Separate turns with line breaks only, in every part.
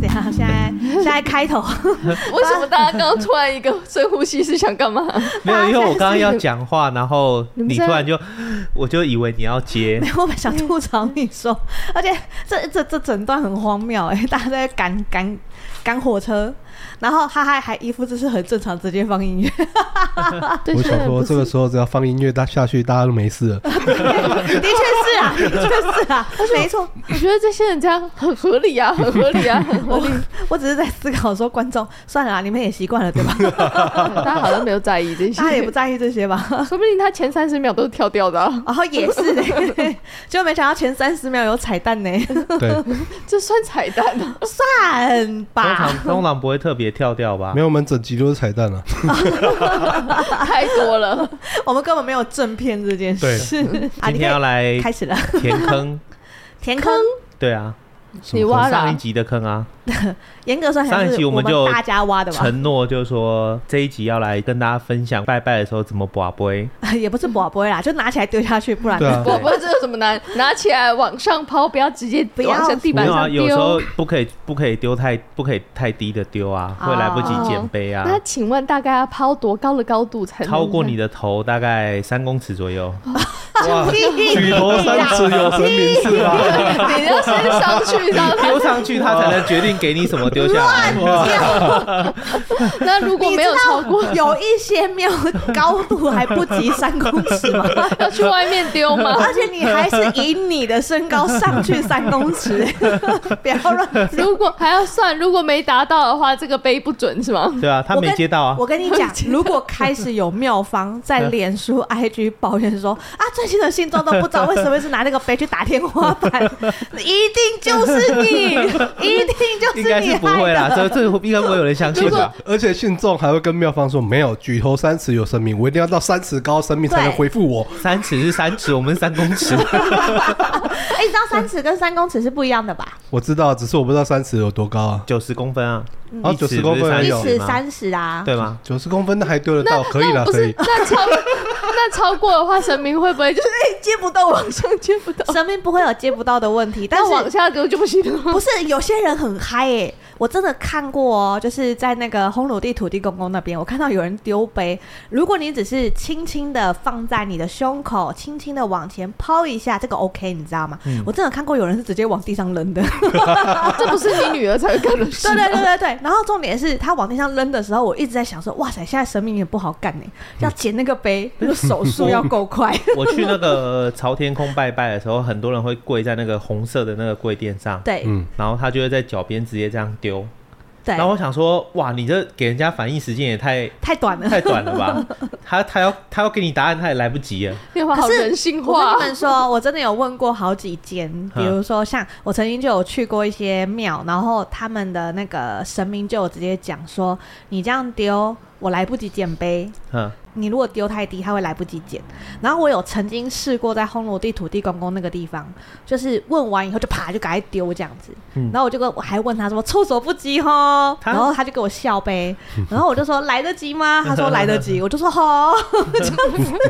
怎样？现在现在开头
为什么大家刚刚突然一个深呼吸是想干嘛？
没有，因为我刚刚要讲话，然后
你们
你
在
突然就，我就以为你要接
没，有，我们想吐槽你说，而且这这这整段很荒谬哎、 大家在赶赶赶火车，然后哈哈还一副这是很正常，直接放 音乐，
啊对，
我
虽
想
然
说，
不
这个
是，
时候只要放音乐，大下去大家都没事 了。
的确是啊，的确是啊，没错。
我觉得这些人这样很合理啊，很合理 啊，很合
我
理。
我只是在思考说，观众算了啊，你们也习惯了对吧？
大家好像没有在意这些，
大家也不在意这些吧？
说不定他前三十秒都是跳掉的啊，
然后也是呢、 就没想到前三十秒有彩蛋呢、
对，
这算彩蛋啊吗？
算
通
吧
常。通常不会特别跳掉吧
没？有，我们整集都是彩 蛋了。啊
太多了，
我们根本没有正片这件事。啊，你可
今天要
以
来
开始了，
填坑，
填坑。
对啊，
什
你
么
挖
上
啦，
一集的坑啊，
严格算起来
上一
是
集我
们
们就
大家挖的吧，
承诺就是说这一集要来跟大家分享拜拜的时候怎么把杯，
也不是不不会啦，就拿起来丢下去，不然
对啊
我不知道这有什么难，拿起来往上抛，不要直接
不要
往下地
没
板
有啊，
上
有时候
丢。
不可以不可以丢太不可以太低的丢啊，
哦
会来不及捡杯啊。
那请问大概要抛多高的高度才能
超过你的头大概三公尺左右，
哇，举
举
头三尺有神明是
啊
吧？
你要先上去，然后
丢上去它才能决定给你什么丢下来。
那如果没有超过，
有一些庙高度还不及三公尺嘛，
要去外面丢吗？
而且你还是以你的身高上去三公尺， 不要 乱丢。
如果还要算，如果没达到的话，这个杯不准是吗？
对啊，他
我跟
没接到啊。
我跟你 讲，如果开始有妙方在脸书、IG 抱怨说啊，最近的信众都不知道为什么是拿那个杯去打天花 板，一定就是你，一定就是你
应该是不会啦，
害的
这这应该不会有人相信
如果
吧？
而且信众还会跟妙方说，没有举头三尺有神明，我一定要到三尺高，神明才能
对
回复我。
三尺是三尺，我们是三公尺。
哎、你知道三尺跟三公尺是不一样的 吧？
我知道，只是我不知道三尺有多高啊。
九十公分啊，
哦
嗯
一尺
90公分
不是
还
一
有
30
尺
吗
三十啊，
对吗？
九十公分那还丢得到，可以
那
了，
不
可
是
以。
那超 那超过的话，神明会不会就是哎接不到往 上接不到，
身边不会有接不到的问题，但
那往
是
下丢就不行 了吗？
不是有些人很嗨诶、我真的看过哦，就是在那个烘炉地土地公公那边，我看到有人丢杯，如果你只是轻轻的放在你的胸口，轻轻的往前抛一下，这个 OK，你知道吗？
嗯
我真的看过有人是直接往地上扔 的，
这不是你女儿才会干的事
对。对啊对对对。然后重点是他往地上扔的时候，我一直在想说，哇塞，现在神明也不好干呢、要捡那个
嗯
杯，那个手速要够快。
我去那个朝天空拜拜的时候，很多人会跪在那个红色的那个跪垫上，
对
嗯，
然后他就会在脚边直接这样丢。
对
然，后我想说，哇，你这给人家反应时间 也太
太短了。
太短了吧？他他要他要给你答案，他也来不及了。
电话好
可是
人性
我跟
化
你，们说，我真的有问过好几间，比如说像我曾经就有去过一些庙，然后他们的那个神明就有直接讲说，你这样丢，我来不及捡杯。
嗯，
你如果丢太低，他会来不及捡。然后我有曾经试过在烘炉地土地公公那个地方，就是问完以后就啪就赶快丢这样子。
嗯
然后我就跟我还问他说措手不及吼，
他
然后他就给我笑呗。然后我就说来得及吗？他说来得及，我就说哦吼。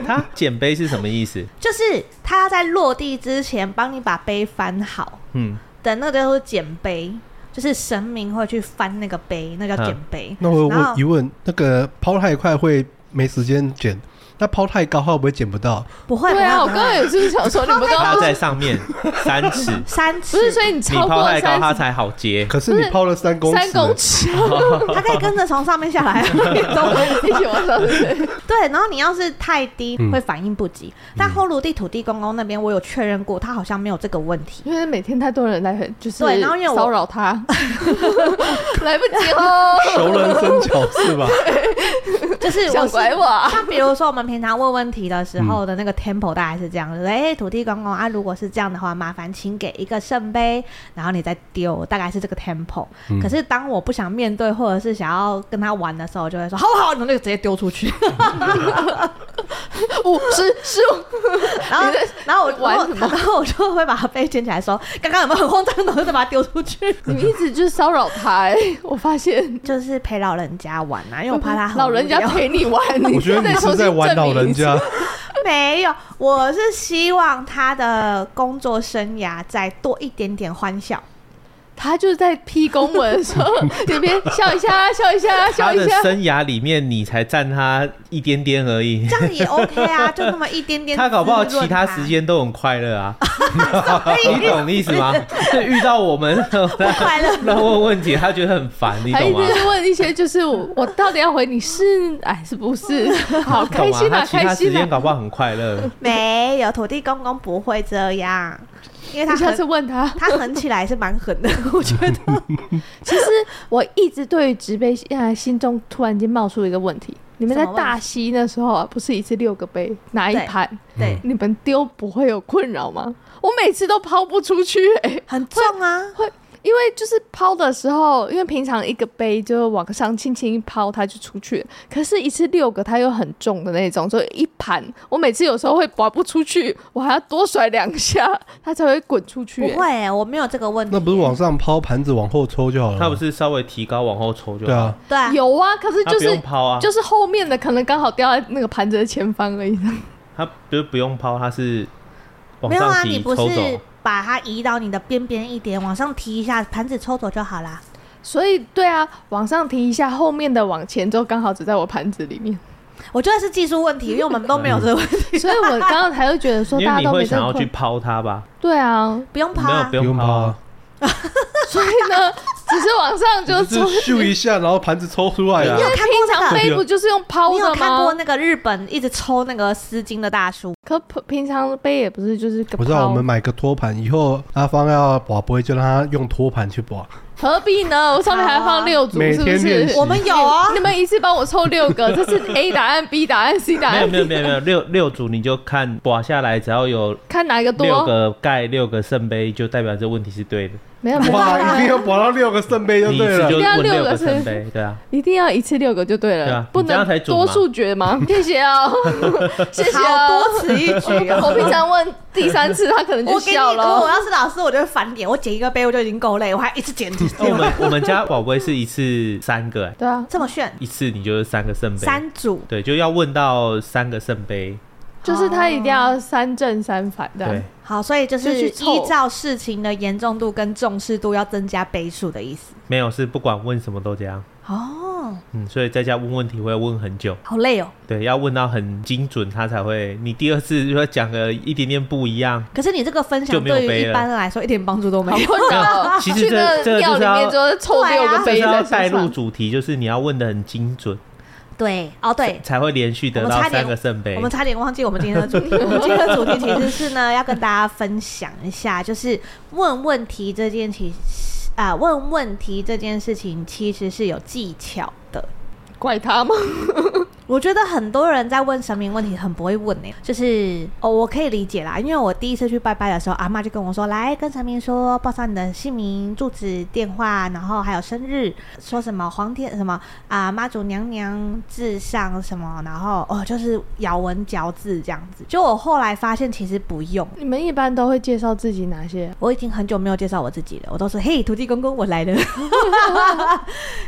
他捡杯是什么意思？
就是他在落地之前帮你把杯翻好，
嗯，
等那个叫做捡杯，就是神明会去翻那个杯，那叫捡杯。
嗯那我有
然后
问疑问，那个抛太快会没时间捡，那抛太高，它会不会捡不到？
不会，
对啊，我
不会
刚刚也是想说，你们刚
它
刚
在 上面三尺，
三
不是，
尺，
所以你
你
超
抛
过
太高它
三
才好接。
可是
不
你
是
抛了三公尺，
三公尺，
它可以跟着从上面下 来。啊
一起往上对，
对，然后你要是太低
嗯，
会反应不及。
嗯
但后炉地土地公公那边，我有确认过，他好像没有这个问题。
因为每天太多人来，就是
对然后因为我
骚 扰他，来不及哦，
熟人生巧是吧？
就是我
想
是
拐我，啊
像比如说我们平常问问题的时
嗯
候的那个 tempo 大概是这样，就是哎、土地公公啊，如果是这样的话，麻烦请给一个圣杯，然后你再丢，大概是这个 tempo、可
嗯
是当我不想面对或者是想要跟他玩的时候，我就会说好 不好，然后就直接丢出 去。
五十十五，
然后
你在
然后我
玩
然后
什么
然后我就会把它杯捡起来说，刚刚有没有很慌张的，我就把它丢出 去。
你们一直就是骚扰他，哎，我发现。
就是陪老人家玩啊，因为我怕他很
老人家
无聊
陪你 玩，
我觉得你是在玩老人家，
没有，我是希望他的工作生涯再多一点点欢笑。
他就在批公文的时候，这边笑一下，笑一下，
他
笑一
的
下。
生涯里面，你才占他一点点而已。
这 样也 OK 啊，就那么一点点。
他搞不好其他时，间都很快乐 啊， 你懂意思吗？是遇到 我们
快乐
那问问题，他觉得很烦，你
还
懂
一
吗？
直问一些，就是我我到底要回你是哎是不 是？好
懂
开
吗？
心
他
啊，
其他
开
时
心
间搞
啊！
不好很快乐，
嗯
没有土地公公不会这样，因为他
你下次
很
问他。
他狠起来是蛮狠 的，我觉得。
其实我一直对于植杯现在心中突然间冒出一个问题：你们在
什么问题
大溪那时候啊，不是一次六个杯拿一
对
盘，
对，
你们丢不会有困扰吗？我每次都抛不出去、哎，
很重啊，
因为就是抛的时候，因为平常一个杯就往上轻轻一抛，它就出去了。可是，一次六个，它又很重的那种，所以一盘，我每次有时候会拔不出去，我还要多甩两下，它才会滚出去、欸
不会、我没有这个问题。
那不是往上抛，盘子往后抽就好了。
他不是稍微提高往后抽就
对
好
啊，，
对啊，
有啊，可是
他
就
不
是
用抛啊，
就是后面的可能刚好掉在那个盘子的前方而已。
他不是不用抛，他是往
没有啊，
上
你
提
不
抽
是
走。
把它移到你的边边一点，往上提一下，盘子抽走就好啦。
所以，对啊，往上提一下，后面的往前就刚好只在我盘子里 面，
我觉得是技术问题，因为我们都没有这个问 题，
所以我刚刚才会觉得说
因
大
为
家
你
都
会
没这
想
个
要去
困。
抛它吧？
对啊，
不用
没
抛
有，
啊
不。用
用
抛
啊
啊。，
所以 呢，只是往上就
就是
冲
咻一下，然后盘子抽出来
啊
啊
你有
了。
看
平
过
常
那个？
杯不就是用抛
你有
的
看过
吗？
那个日本一直抽那个丝巾的大叔？
可平平常杯也不是就是个
我知道，
抛
我们买个托盘，以后阿芳要拔不会，就让他用托盘去拔。
何必呢？我上面还放六组，
每
是
天
不
练
是
习？
我们有啊，
你们一次帮我抽六个，这是 A 答案、B 答案、C 答
没有
案
没，有没有没有，六六组你就看刮下来，只要有
看哪一个
六
多？
个盖六个圣杯，就代表这问题是对的。
没有没有，
哇，一定要拔到六个圣杯就
你一
对
次
了
就。
一定要
问
六
六
个
个
是
圣杯，对啊。
一定要一次六个就对
对
了
啊，
不
你这样才
能
准嘛
多数决吗？谢谢哦，谢谢
好
哦。
多此一举哦。
我平常问第三次，他可能就
我给你，
笑
如果我
了。
要是老师，我就会翻脸。我捡一个杯，我就已经够累，我还一直捡，一直
那我
捡
们我们家宝贝是一次三个、欸，
对啊，
这么炫，
一次你就是三个圣杯，
三组
对，就要问到三个圣杯，
就是他一定要三正三反这样
对。，
好，所以就
就是去凑
依照事情的严重度跟重视度要增加杯数的意思。
没有是不管问什么都这样，
哦，
嗯，所以在家问问题会问很久，
好累哦。
对，要问到很精准，他才会，你第二次就要讲个一点点不一样。
可是你这个分
就
享
没有
对
杯
于
了
一般人来说一点帮助都没
好
有。
困扰啊哦，
其实
去那
这这
个
个就
庙
是
里
要
面就是凑六个
就是
杯
要
在
带
身
入
上，
主题，就是你要问的很精准，
对，哦对。
才会连续得
我们
到
差点
三个圣杯
我。们差点忘记我们今天的主题。我们今天的主题其实是呢，要跟大家分享一下，就是问问题这件其啊、问问题这件事情其实是有技巧的。
怪他吗？
我觉得很多人在问神明问题很不会问呢、就是哦，我可以理解啦，因为我第一次去拜拜的时候，阿妈就跟我说，来跟神明说报上你的姓名、住址、电话，然后还有生日，说什么皇天什么啊、妈祖娘娘至上什么，然后哦就是咬文嚼字这样子。就我后来发现其实不用，
你们一般都会介绍自己哪些？
我已经很久没有介绍我自己了，我都是 嘿土地公公我来了，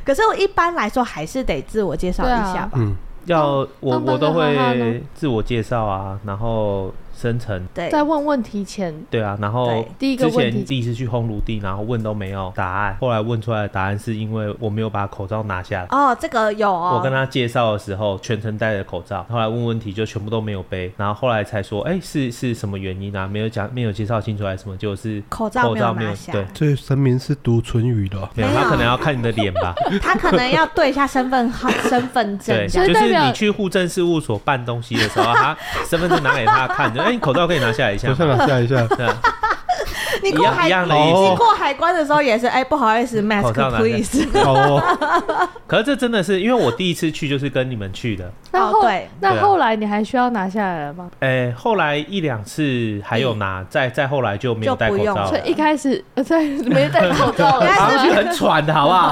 可是我一般来说还是得自我介绍一
对
下
啊
吧。
嗯，
要我
棒棒
我都
跟哈哈呢
会自我介绍啊，然后生成。
对，
在问问题前，
对啊，然后
对
第一个
之
问
前
题
第一次去烘炉地，然后问都没有答案，后来问出来的答案是因为我没有把口罩拿下来。
哦，这个有哦，
我跟他介绍的时候，全程戴着口罩，后来问问题就全部都没有背，然后后来才说，哎、是是什么原因啊？没有讲，没有介绍清楚还是什么？就是
口罩没有
没有
拿下
对，
这声明是读唇语的哦，
没有，
没有
他可能要看你的脸 吧。
他可能要对一下身份号、身份证
对，
这样
所
就
以代
是
表
你去户政事务所办东西的时候，啊他身份证拿给他看，就哎、你口罩可以拿下来一下
我
吗。
上来下一下。
对啊，
你
一
过
样
海
一样的意
哦
思
你。过海关的时候也是，哎，不好意思
口罩
，mask
拿下
please。
好哦，
可是这真的是因为我第一次去就是跟你们去的，
那
哦
后、
对
对
那
啊
后来你还需要拿下来了吗？
哎、后来一两次还有拿，
嗯
再再后来就没有戴口罩
好
了
所。以一开始 呃对没戴口罩了，
原
好
来
像很喘的好不 好？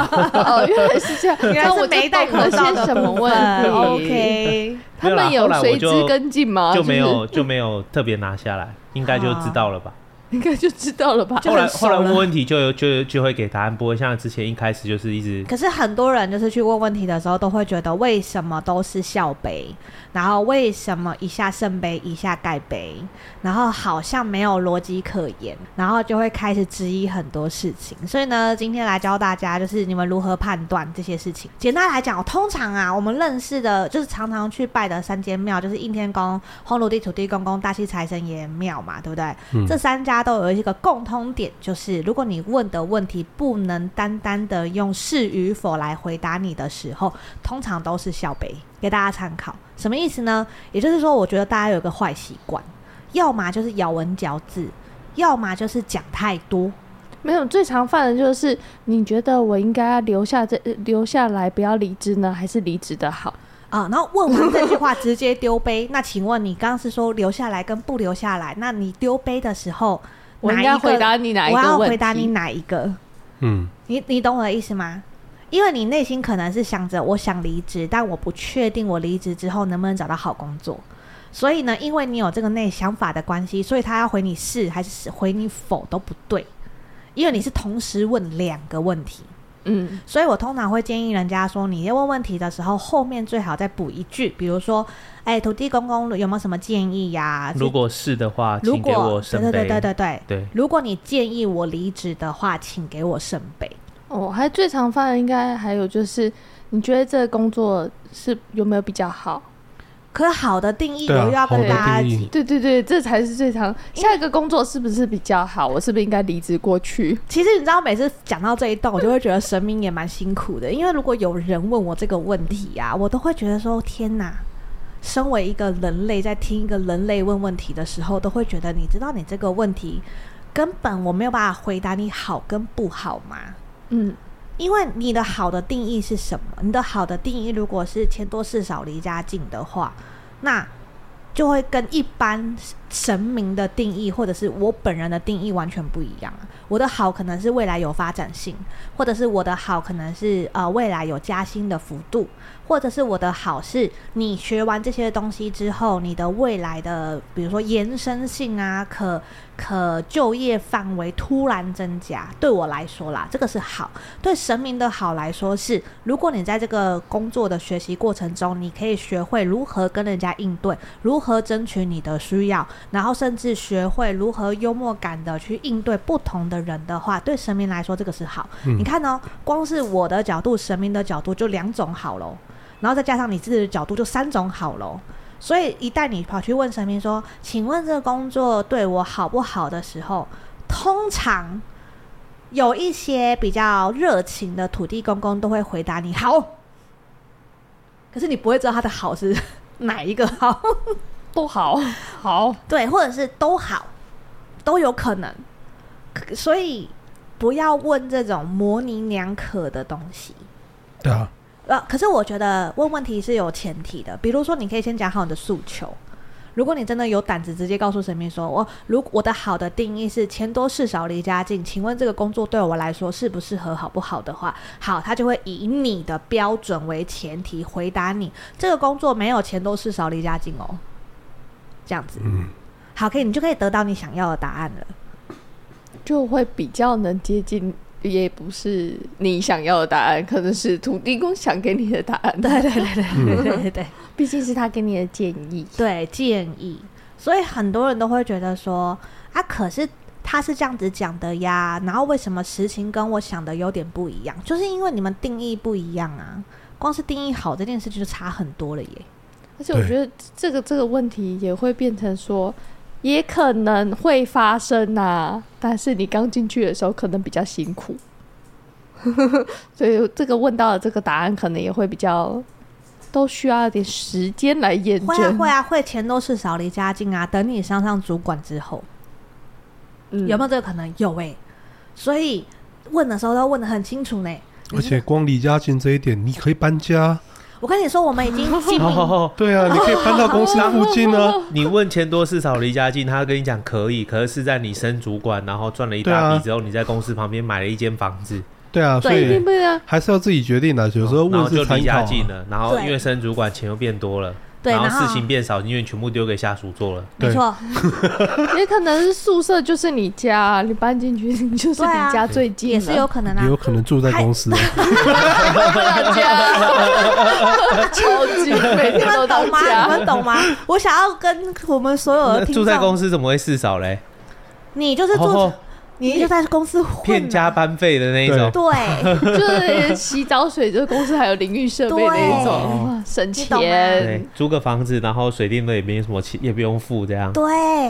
哦，原来是这样，
原来
那
是
我
没戴口罩
些
的
什么
部
问
分
题
OK，
他
没有啦
们
后
有
来我
随
就
之跟进吗？
就没
是
有就没有特别拿下来，应该就知道了吧？
应该就知道了吧？
啊就
后来
很熟
后来
了
问问题就有就就会给答案，不会像之前一开始就是一直
可是很多人就是去问问题的时候，都会觉得为什么都是笑杯，然后为什么一下圣杯一下盖杯，然后好像没有逻辑可言，然后就会开始质疑很多事情。所以呢，今天来教大家就是你们如何判断这些事情。简单来讲，哦通常啊，我们认识的就是常常去拜的三间庙，就是应天宫、烘炉地土地公公、大溪财神爷庙嘛，对不对？这三家都有一个共通点，就是如果你问的问题不能单单的用是与否来回答你的时候，通常都是笑杯，给大家参考。什么意思呢？也就是说，我觉得大家有一个坏习惯，要么就是咬文嚼字，要么就是讲太多。
没有，最常犯的就是你觉得我应该留下这呃留下来，不要离职呢，还是离职的好？
啊、然后问完这句话直接丢杯。 那请问你刚刚是说留下来跟不留下来？那你丢杯的时候，
我应
哪
该
一个
回答你哪一个
我
问题？
要回答你哪一个？
嗯，
你你懂我的意思吗？因为你内心可能是想着我想离职，但我不确定我离职之后能不能找到好工作。所以呢，因为你有这个内想法的关系，所以他要回你是还是回你否都不对，因为你是同时问两个问题。
嗯，
所以我通常会建议人家说，你在问问题的时候，后面最好再补一句，比如说，哎、土地公公有没有什么建议呀、
如果是的话，
如
请给我
果对
圣
对对
杯。
对对对，
对
如果你建议我离职的话，请给我圣杯。
哦，还最常犯的应该还有就是，你觉得这个工作是有没有比较好？
可是好的定义，我
对啊
又要跟
好的
大家
定义
解
对对对，这才是最常。下一个工作是不是比较好？我是不是应该离职过去？
其实你知道，每次讲到这一段，我就会觉得神明也蛮辛苦的，因为如果有人问我这个问题啊，我都会觉得说：天哪！身为一个人类，在听一个人类问问题的时候，都会觉得，你知道你这个问题根本我没有办法回答你好跟不好吗？
嗯，
因为你的好的定义是什么？你的好的定义如果是钱多事少离家近的话，那就会跟一般神明的定义或者是我本人的定义完全不一样啊。我的好可能是未来有发展性，或者是我的好可能是呃未来有加薪的幅度，或者是我的好是你学完这些东西之后，你的未来的比如说延伸性啊，可可就业范围突然增加。对我来说啦，这个是好。对神明的好来说是，如果你在这个工作的学习过程中，你可以学会如何跟人家应对，如何争取你的需要，然后甚至学会如何幽默感的去应对不同的人的话，对神明来说这个是好。你看哦，光是我的角度、神明的角度就两种好喽，然后再加上你自己的角度就三种好喽。所以一旦你跑去问神明说：“请问这个工作对我好不好？”的时候，通常有一些比较热情的土地公公都会回答你好，可是你不会知道他的好是 哪一个好，
不 好，好，
对，或者是都好，都有可能。可所以不要问这种模棱两可的东西。
对啊，
呃，可是我觉得问问题是有前提的，比如说你可以先讲好你的诉求。如果你真的有胆子直接告诉神明说，我如我的好的定义是钱多事少离家近，请问这个工作对我来说适不适合好不好的话，好，他就会以你的标准为前提回答你，这个工作没有钱多事少离家近哦，这样子，
嗯
好，可以，你就可以得到你想要的答案了。
就会比较能接近，也不是你想要的答案，可能是土地公想给你的 答案。
对对对对对对对。
毕竟是他给你的建议。
对建议。所以很多人都会觉得说啊，可是他是这样子讲的呀，然后为什么实情跟我想的有点不一样？就是因为你们定义不一样啊，光是定义好这件事就差很多了耶。
而且我觉得这个这个问题也会变成说，也可能会发生啊，但是你刚进去的时候可能比较辛苦， 所以这个问到的这个答案可能也会比较，都需要一点时间来验
会啊
证。
会啊会，钱都是少离家近啊。等你升上主管之后，
嗯
有没有这个可能？有哎、所以问的时候都问的很清楚呢。
而且光离家近这一点，你可以搬家。
我跟你说，我们 已经精
好好
明，
好，
对 啊，你可以搬到公司附近 啊。
哦你问钱多事少离家近，他跟你讲可以，可是是在你升主管，然后赚了一大
对啊
笔之后，你在公司旁边买了一间房子，
对啊，所
一定
以
不一样。
还是要自己决定的。有时候
哦然后
问
就是
参
离
考啊。
家近了，然后
对
因为升主管钱又变多了，
对，然
后
后
事情变少，因为全部丢给下属做了。
没
对
错，
也可能是宿舍就是你家，啊你搬进去 你就是
对啊
离家最近了，
也是有可能啊
也。有可能住在公司啊，
到家， 超级每
啊你
天都
们
到
懂吗？你
家。
们懂吗？我想要跟我们所有的
那
听
住在公
众，
司怎么会事少嘞？
你就是
然
住
后，
你就在公司
哦骗
混啊，
加班费的那一种
对。
对，
就是洗澡水，就是公司还有淋浴设备那一种，哇省
你懂
钱
对，，哎租个房子，然后水电费也没什么钱，也不用付，这 样。
对，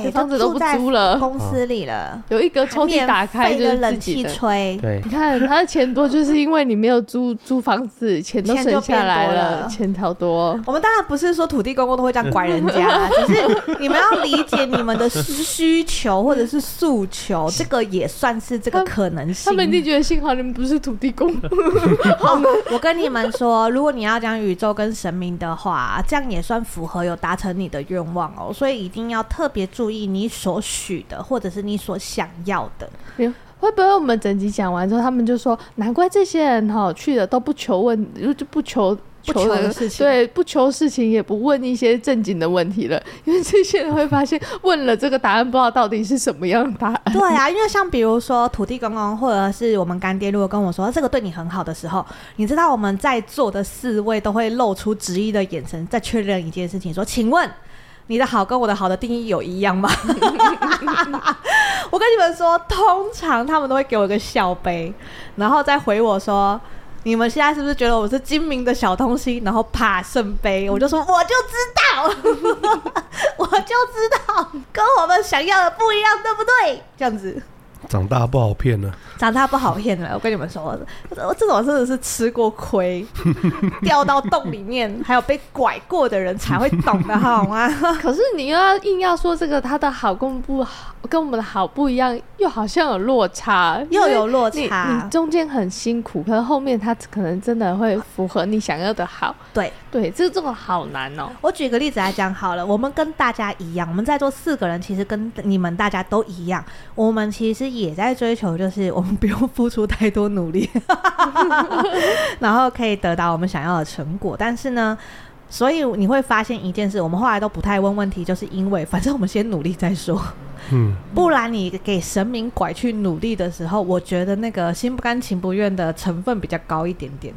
这房子
就
都
住
不
在
租了
公司里了，
有一个抽屉打开
免费
就
的
是自
冷
己
气
的。
吹，
对
你，看他的钱多，就是因为你没有租租房子，钱都省下来了，钱超多。
我们当然不是说土地公公都会这样拐人家 啦，只是你们要理解你们的需需求或者是诉 求，这个也算是这个可能性。哦
他们一定觉哦得幸好你们不是土地公，
我跟你们说，如果你要讲宇宙跟神明的话，这样也算符合有达成你的愿望哦。所以一定要特别注意你所许的，或者是你所想要的。
会不会我们整集讲完之后，他们就说难怪这些人哈去了都不求问，就就不求。
不求
人
事情
对，不求事情，也不问一些正经的问题了，因为这些人会发现，问了这个答案，不知道到底是什么样的答案。
对啊，因为像比如说土地公公，或者是我们干爹，如果跟我说这个对你很好的时候，你知道我们在座的四位都会露出质疑的眼神，在确认一件事情，说：“请问你的好跟我的好的定义有一样吗？”我跟你们说，通常他们都会给我一个笑杯，然后再回我说。你们现在是不是觉得我是精明的小东西？然后啪圣杯，我就说我就知道， 我就知道，跟我们想要的不一样，对不对？这样子，
长大不好骗啊了。
长大不好骗了。我跟你们说，我这种真的是吃过亏， 掉到洞里面，还有被拐过的人才会懂的，好吗？
可是你又要硬要说这个他的好跟不好，跟我们的好不一样，又好像有落差，
又有落
因为你你
差，
中间很辛苦，可是后面他可能真的会符合你想要的好。
对。
对，这个这种好难哦、
我举个例子来讲好了，我们跟大家一样，我们在座四个人其实跟你们大家都一样，我们其实也在追求，就是我们不用付出太多努力， 然后可以得到我们想要的成果。但是呢，所以你会发现一件事，我们后来都不太问问题，就是因为反正我们先努力再说，
嗯，
不然你给神明拐去努力的时候，我觉得那个心不甘情不愿的成分比较高一点点。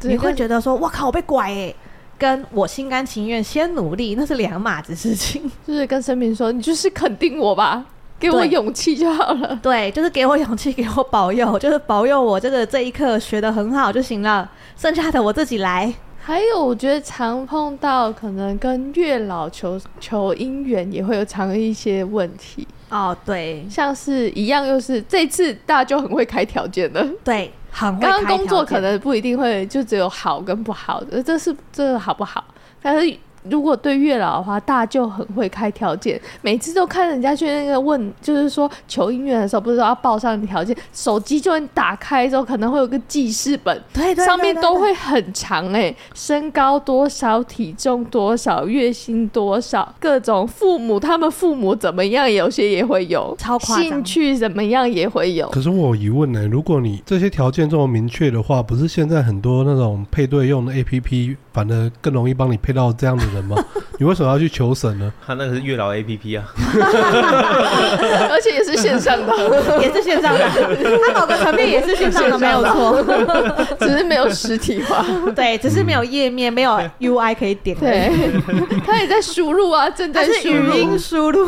对
你会
但
觉得说，我靠，我被拐哎、跟我心甘情愿先努力，那是两码子事 情。
就是跟神明说，你就是肯定我吧，给我
对
勇气就好 了。
对，就是给我勇气，给我保佑， 就是保佑我这个这一刻学得很好就行了，剩下的我自己来。
还有，我觉得常碰到可能跟月老求求姻缘，也会有常有一些问题，
哦，对
像是一样，又是这次大家就很会开条件了。
对，很会
刚
开
刚工作
条件
可能不一定会就只有好跟不好的，这是这好不好？但是如果对月老的话，大舅很会开条件，每次都看人家去那个问，就是说求姻缘的时候，不是说要报上条件，手机就能打开之后可能会有个记事本，
对对
上面
对对
都会很长哎、身高多少，体重多少，月薪多少，各种父母他们父母怎么样，有些也会有，
超夸张
兴趣怎么样也会
哦
有。
可是我有疑问呢、如果你这些条件这么明确的话，不是现在很多那种配对用的 APP 反而更容易帮你配到这样的人神 吗？你为什么要去求神呢？
他那个是月老 A P P 啊，
而且也是线上 的，
也是线上 的，它某个层面也是线上的，没有错。
只是没有实体 化。
对，只是没有页面，没有 UI 可以点。，
对，他也在输入啊，正
它
在
是
输
语
入
音。输 入。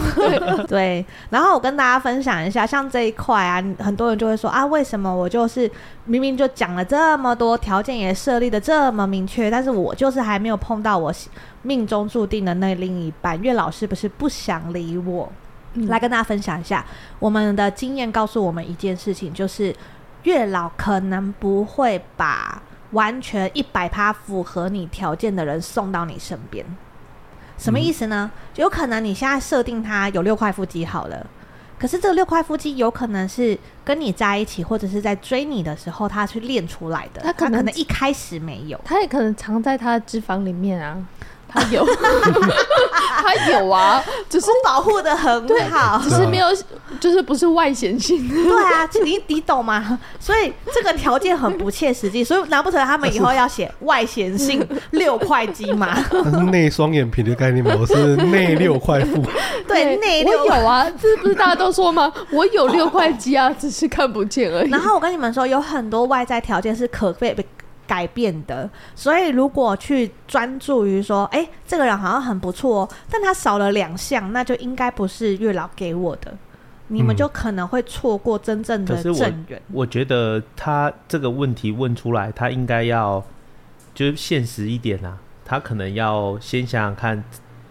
对，然后我跟大家分享一下，像这一块啊，很多人就会说啊，为什么我就是明明就讲了这么多条件，也设立的这么明确，但是我就是还没有碰到我命中注定的那另一半，月老是不是不想理我？
嗯
来跟大家分享一下，我们的经验告诉我们一件事情，就是月老可能不会把完全一百趴符合你条件的人送到你身边。
嗯
什么意思呢？有可能你现在设定他有六块腹肌好了，可是这六块腹肌有可能是跟你在一起或者是在追你的时候他去练出来的，
他可
可
能
能一开始没有。
他也可能藏在他的脂肪里 面啊，他有， 他有啊，只是
我保护的很好，
只是没有，就是不是外显性的。
对啊，你你懂吗？ 所以这个条件很不切实际，所以难不成他们以后要写外显性六块肌吗？
它是内双眼皮的概念吗？我是内六块 腹，
对，内
我
六
有啊，这不是大家都说吗？ 我有六块肌啊，只是看不见而已。
然后我跟你们说，有很多外在条件是可被被改变的，所以如果去专注于说，哎、这个人好像很不错哦，但他少了两项，那就应该不是月老给我的，你们
嗯
就可能会错过真正的
可是我
正缘。
我觉得他这个问题问出来，他应该要就是现实一点啊，他可能要先想想看，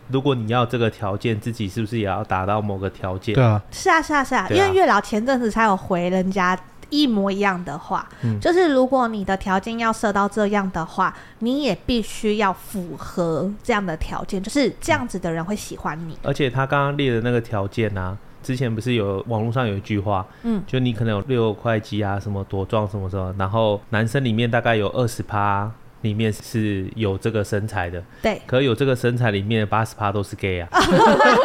如果你要这个条件，自己是不是也要达到某个条件？
对啊，
是啊，是啊，是啊，因
对啊
为月老前阵子才有回人家一模一样的话，
嗯
就是如果你的条件要设到这样的话，你也必须要符合这样的条件，就是这样子的人会喜欢你。
而且他刚刚列的那个条件啊，之前不是有网络上有一句话，
嗯
就你可能有六块肌啊，什么多壮什么什么，然后男生里面大概有二十趴里面是有这个身材的，
对，
可有这个身材里面的八十趴都是 gay 啊，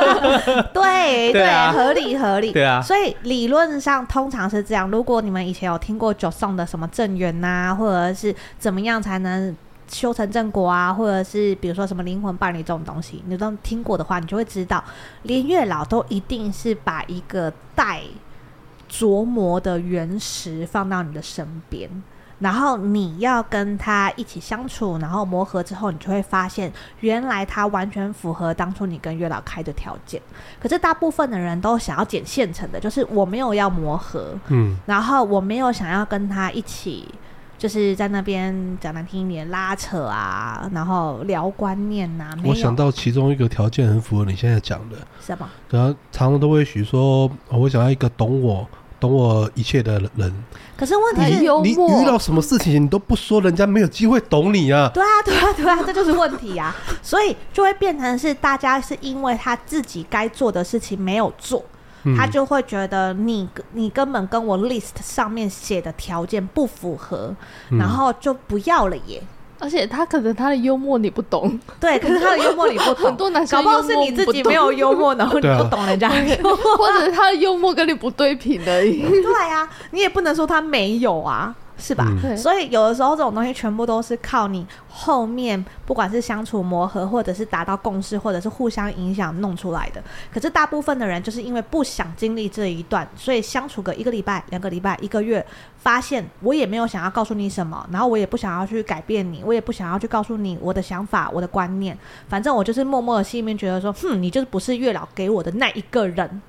对
对啊
合理合理。
对啊
所以理论上通常是这样。如果你们以前有听过九颂的什么正缘呐、或者是怎么样才能修成正果啊，或者是比如说什么灵魂伴侣这种东西，你都听过的话，你就会知道，连月老都一定是把一个带琢磨的原石放到你的身边。然后你要跟他一起相处，然后磨合之后，你就会发现，原来他完全符合当初你跟月老开的条件。可是大部分的人都想要捡现成的，就是我没有要磨合，
嗯，
然后我没有想要跟他一起，就是在那边讲难听一点拉扯啊，然后聊观念呐、啊，
我
没有
想到其中一个条件很符合你现在讲的，
什么，
然后常常都会许说，哦我想要一个懂我、懂我一切的人。
可是问题啊
很
是。
幽
你
默
遇到什么事情你都不说，人家没有机会懂你啊。
对啊，对啊，对啊，这就是问题啊！所以就会变成是大家是因为他自己该做的事情没有做，
嗯
他就会觉得你你根本跟我 list 上面写的条件不符合，
嗯
然后就不要了耶。
而且他可能他的幽默你不懂，
对，可是他的幽默你不懂
很，多男生
搞不好是你自己没有幽默，然后你
对啊
不懂人家的幽默。
幽默， 或者他的幽默跟你不对频而已。
对啊，你也不能说他没有啊，是吧？
嗯
对
所以有的时候这种东西全部都是靠你后面，不管是相处磨合，或者是达到共识，或者是互相影响弄出来的。可是大部分的人就是因为不想经历这一段，所以相处个一个礼拜、两个礼拜、一个月，发现我也没有想要告诉你什么，然后我也不想要去改变你，我也不想要去告诉你我的想法、我的观念，反正我就是默默的心里面觉得说，哼，你就是不是月老给我的那一个人。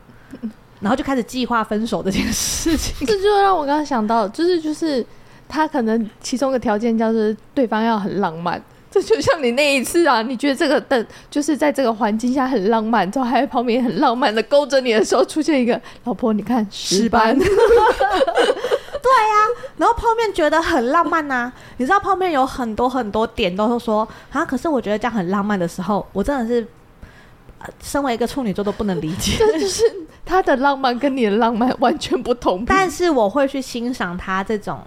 然后就开始计划分手这件事情。
这就让我刚刚想到，就是就是他可能其中一个条件叫是对方要很浪漫。 这就像你那一次啊，你觉得这个的，就是在这个环境下很浪漫，之后还在旁边很浪漫的勾着你的时候，出现一个老婆，你看
石
石斑，
然后泡面觉得很浪漫呐、你知道泡面有很多很多点都是说啊，可是我觉得这样很浪漫的时候，我真的是，呃、身为一个处女座都不能理解。
这 就是他的浪漫跟你的浪漫完全不同。
但是我会去欣赏他这种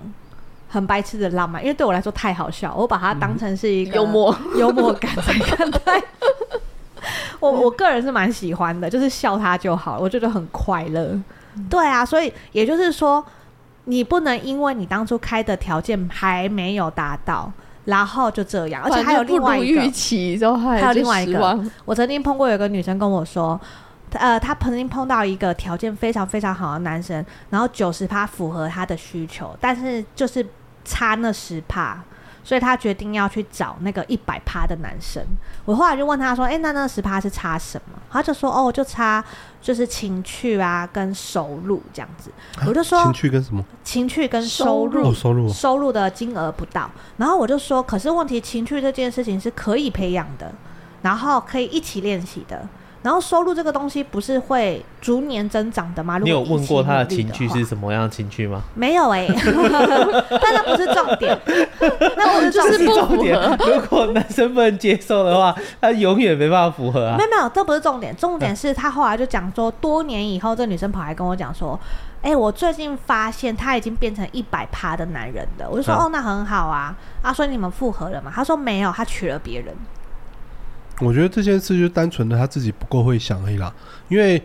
很白痴的浪漫，因为对我来说太好笑，我把它当成是一个
嗯幽默
幽默感在看待。我我个人是蛮喜欢的，就是笑他就好，我觉得很快乐。对啊，所以也就是说，你不能因为你当初开的条件还没有达到，然后就这样，而
反
且
正
还有
就
另
不
外
如
一个
预，期，然后还
还有另外一个
就失望
我曾经碰过有个女生跟我说，她呃，她曾经碰到一个条件非常非常好的男生，然后九十趴符合她的需求，但是就是差那十趴。所以她决定要去找那个一百趴的男生。我后来就问她说：“诶，那那十趴是差什么？”她就说：“哦，就差就是情趣啊，跟收入这样子。”我就说
情：“趣跟什么？
情趣跟收
收
入
入
哦，收入哦
收入的金额不到。然后我就说，可是问题情趣这件事情是可以培养的，然后可以一起练习的。然后收入这个东西不是会逐年增长的吗？如
你有
果
问过他的
一起努
情
力
趣
话
是什么样的情趣吗？
没有哎、 但那不是重点，那不是重
就是
点。
不
重
符
点
合，
如果男生不能接受的话，他永远没办法符合啊
没。有没有，这不是重点，重点是他后来就讲说，多年以后，这女生跑来跟我讲说，哎、我最近发现他已经变成一百趴的男人了。我就说，
嗯
哦，那很好啊。啊，所以你们复合了吗？他说没有，他娶了别人。
我觉得这件事就单纯的他自己不够会想而已啦，因为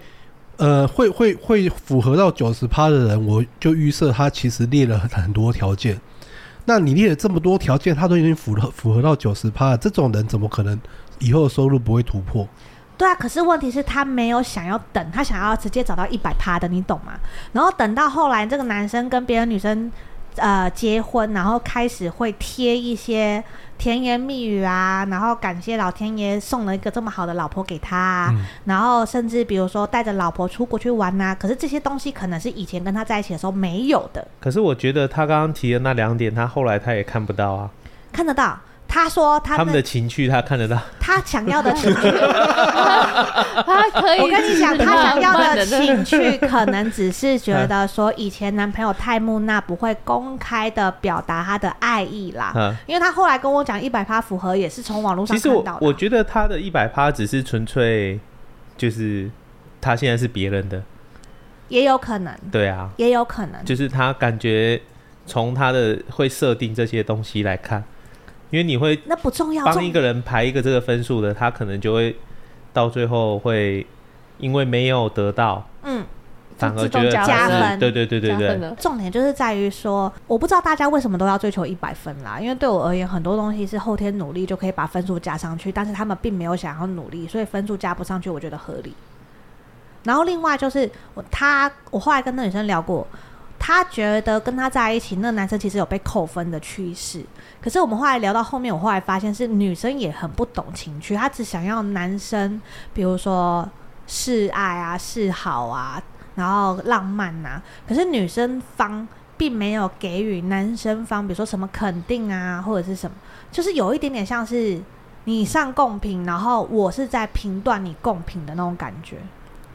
呃，会会会符合到九十趴的人，我就预设他其实列了很很多条件。那你列了这么多条件，他都已经符合符合到九十趴，这种人怎么可能以后的收入不会突破？
对啊，可是问题是，他没有想要等，他想要直接找到一百趴的，你懂吗？然后等到后来，这个男生跟别的女生呃结婚，然后开始会贴一些甜言蜜语啊，然后感谢老天爷送了一个这么好的老婆给他啊、
嗯
然后甚至比如说带着老婆出国去玩呐、可是这些东西可能是以前跟他在一起的时候没有的，
可是我觉得他刚刚提的那两点，他后来他也看不到啊。
看得到。他说他啊
他
那
们的情趣他看得到，
他想要的 情绪，
他
哎
可以，
我跟你讲，他想要的情
情，
趣可能只是觉得说，以前男朋友太木讷，不会公开的表达他的爱意啦。
嗯，
因为他后来跟我讲，一百趴符合也是从网络上
其实
看
我
到的
我
啊。
觉得他的一百趴只是纯粹就是他现在是别人的，
也有可能，
对啊，
也有可能。
就是他感觉从他的会设定这些东西来看，因为你会
那不重要，
帮
重
一个人排一个这个分数的，他可能就会到最后会因为没有得到，
嗯，
反而觉得
加
他是
加分
对对对对
加分
对，
了
重点就是在于说，我不知道大家为什么都要追求一百分啦，因为对我而言，很多东西是后天努力就可以把分数加上去，但是他们并没有想要努力，所以分数加不上去，我觉得合理。然后另外就是我他，我后来跟那女生聊过，她觉得跟他在一起，那男生其实有被扣分的趋势。可是我们后来聊到后面，我后来发现是女生也很不懂情趣，她只想要男生，比如说示爱啊、示好啊，然后浪漫啊。可是女生方并没有给予男生方，比如说什么肯定啊，或者是什么，就是有一点点像是你上贡品，然后我是在评断你贡品的那种感觉，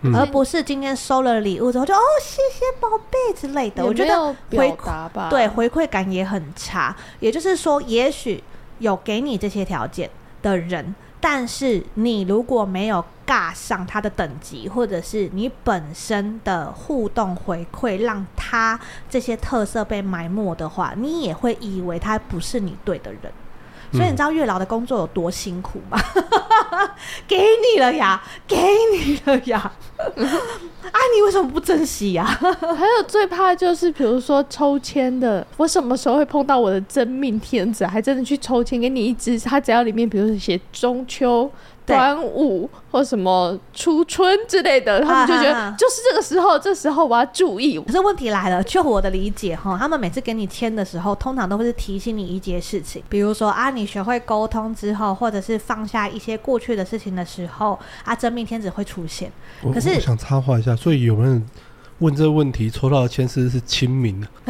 嗯
而不是今天收了礼物之后就哦谢谢宝贝之类的。我觉得
得表达吧，
对，回馈感也很差。也就是说，也许有给你这些条件的人，但是你如果没有尬上他的等级，或者是你本身的互动回馈，让他这些特色被埋没的话，你也会以为他不是你对的人。所以你知道月老的工作有多辛苦吗？ 给你了呀，给你了呀！ 啊，你为什么不珍惜呀、
还有最怕就是，比如说抽签的，我什么时候会碰到我的真命天子？还真的去抽签，给你一支，它只要里面，比如说写中秋、
对
端午或什么初春之类的，他们就觉
啊啊
得
啊
就是这个时候，这时候我要注意。
可是问题来了，就我的理解哈，他们每次给你签的时候，通常都会是提醒你一些事情，比如说啊，你学会沟通之后，或者是放下一些过去的事情的时候，啊，真命天子会出现。
我
可是
我想插话一下，所以有人问这个问题，抽到的签诗是清明，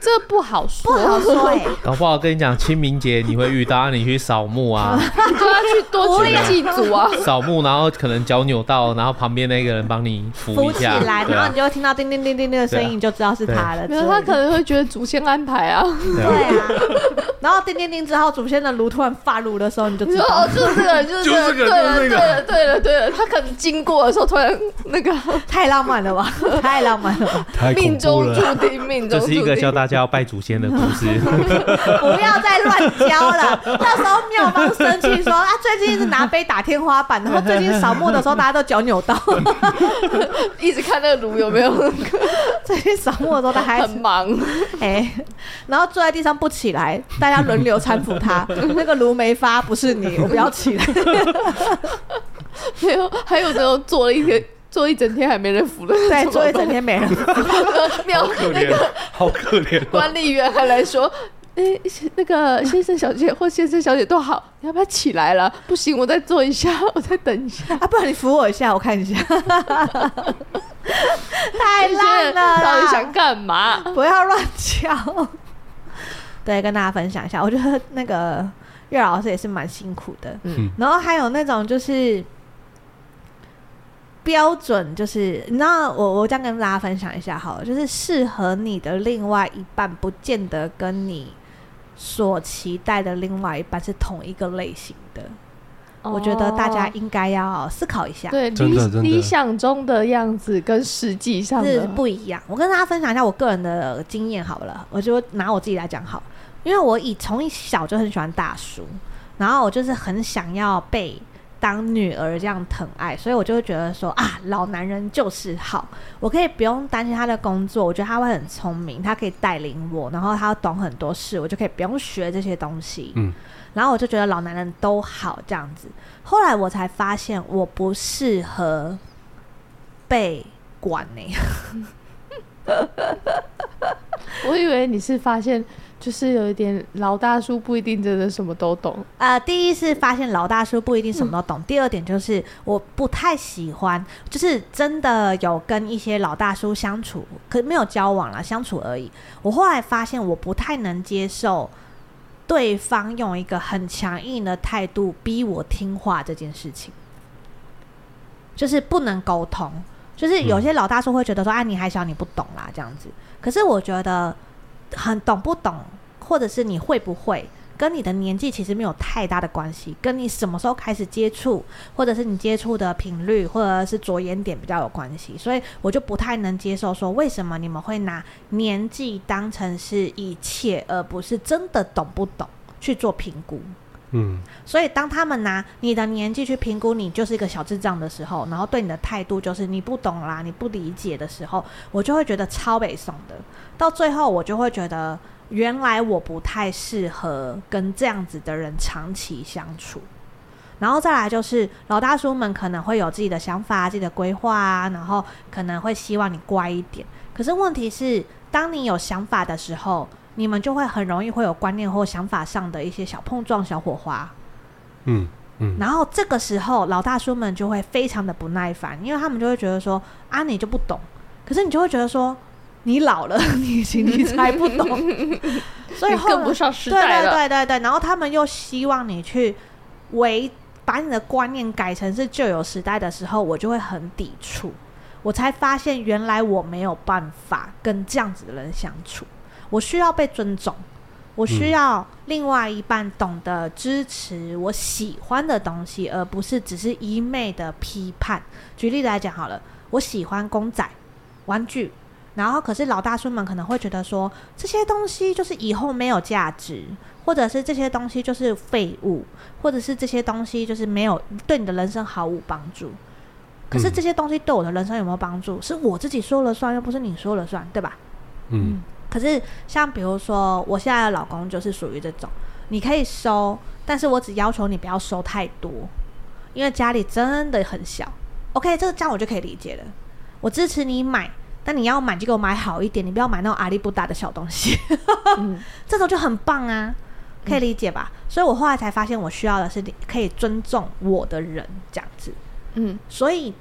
这不好说，
不好说哎、
搞不好跟你讲清明节你会遇到，你去扫墓啊，
你就要去多去祭祖 啊。
扫墓然后可能脚扭到，然后旁边那个人帮你扶
扶
一
起
下，
来，
对
然后
啊
你，就会听到叮叮叮叮叮的声
对啊
音，你就知道是他了。
没有，他可能会觉得祖先安排啊。
对
对
啊
啊。然后叮叮叮之后，祖先的炉突然发炉的时候，你就
你
知
说
道
哦，就是这个人，就是这个人，对了，对了，对了，对了。他可能经过的时候，突然那个
太浪漫了吧，太浪漫了吧。
太恐
命
怖
中
了
注注定命
这
中注
是一
定。
个教大家要拜祖先的故 事。
不要再乱教 了。到时候妙方生气说啊，最近一直拿杯打天花板，然后最近扫墓的时候大家都脚扭 到，
一直看那个炉有 没有
最近扫墓的时候大家还
很忙，
哎，然后坐在地上不起来，大家轮流搀扶 他。那个卢梅发不是你，我不要起来。
没有，还有那种坐了一 天。坐一整天还没人扶的，
对，坐一 整天没人。
没有那个
怜，好可怜哦
管理员还来说。 哎、那个先生、小姐 或先生、小姐都好，你要不要起来了？不行，我再坐一下， 我再等一下。
啊，不然你扶我一下，我看一 下。太烂了啦！
到底想干嘛？
不要乱敲。 对，跟大家分享一下，我觉得那个月老师也是蛮辛苦的。
嗯
然后还有那种就是标准，就是你知道我，我这样跟大家分享一下好了，就是适合你的另外一半，不见得跟你所期待的另外一半是同一个类型的。我觉得大家
哦
应该要思考一下。
对
真
理
的真的
理想中的样子跟实际上
是
的
不一样。我跟大家分享一下我个人的经验好了，我就拿我自己来讲好，因为我以从一小就很喜欢大叔，然后我就是很想要被当女儿这样疼爱，所以我就会觉得说啊，老男人就是好，我可以不用担心他的工作，我觉得他会很聪明，他可以带领我，然后他懂很多事，我就可以不用学这些东西。
嗯，
然后我就觉得老男人都好这样子。后来我才发现我不适合被管欸呢、
我以为你是发现，就是有一点老大叔不一定真的什么都懂，
呃，第一是发现老大叔不一定什么都懂，第二点就是我不太喜欢，就是真的有跟一些老大叔相处，可没有交往啦，相处而已。我后来发现我不太能接受对方用一个很强硬的态度逼我听话这件事情，就是不能沟通。就是有些老大叔会觉得说，啊，你还小，你不懂啦，这样子。可是我觉得很懂不懂，或者是你会不会，跟你的年纪其实没有太大的关系，跟你什么时候开始接触，或者是你接触的频率，或者是着眼点比较有关系。所以我就不太能接受说，为什么你们会拿年纪当成是一切，而不是真的懂不懂去做评估。
嗯，
所以，当他们拿你的年纪去评估你就是一个小智障的时候，然后对你的态度就是你不懂啦、你不理解的时候，我就会觉得超北宋的。到最后，我就会觉得原来我不太适合跟这样子的人长期相处。然后再来就是老大叔们可能会有自己的想法、自己的规划啊，然后可能会希望你乖一点。可是问题是，当你有想法的时候，你们就会很容易会有观念或想法上的一些小碰撞、小火花。
嗯嗯
然后这个时候，老大叔们就会非常的不耐烦，因为他们就会觉得说啊，你就不懂。可是你就会觉得说，你老了，你你才不懂，所以
你
后
跟
来
不上时
对
代
对
了。
对对对，然后他们又希望你去为把你的观念改成是旧有时代的时候，我就会很抵触。我才发现，原来我没有办法跟这样子的人相处，我需要被尊重，我需要另外一半懂得支持我喜欢的东西，而不是只是一昧的批判。举例来讲好了，我喜欢公仔、玩具，然后可是老大叔们可能会觉得说，这些东西就是以后没有价值，或者是这些东西就是废物，或者是这些东西就是没有对你的人生毫无帮助。可是
嗯
这些东西对我的人生有没有帮助，是我自己说了算，又不是你说了算，对吧？
嗯
可是像比如说，我现在的老公就是属于这种，你可以收，但是我只要求你不要收太多，因为家里真的很小。OK，这个这样我就可以理解了。我支持你买，但你要买就给我买好一点，你不要买那种阿里不达的小东西。
嗯，
这种就很棒啊，可以理解吧？所以我后来才发现，我需要的是可以尊重我的人这样子。
嗯，
所以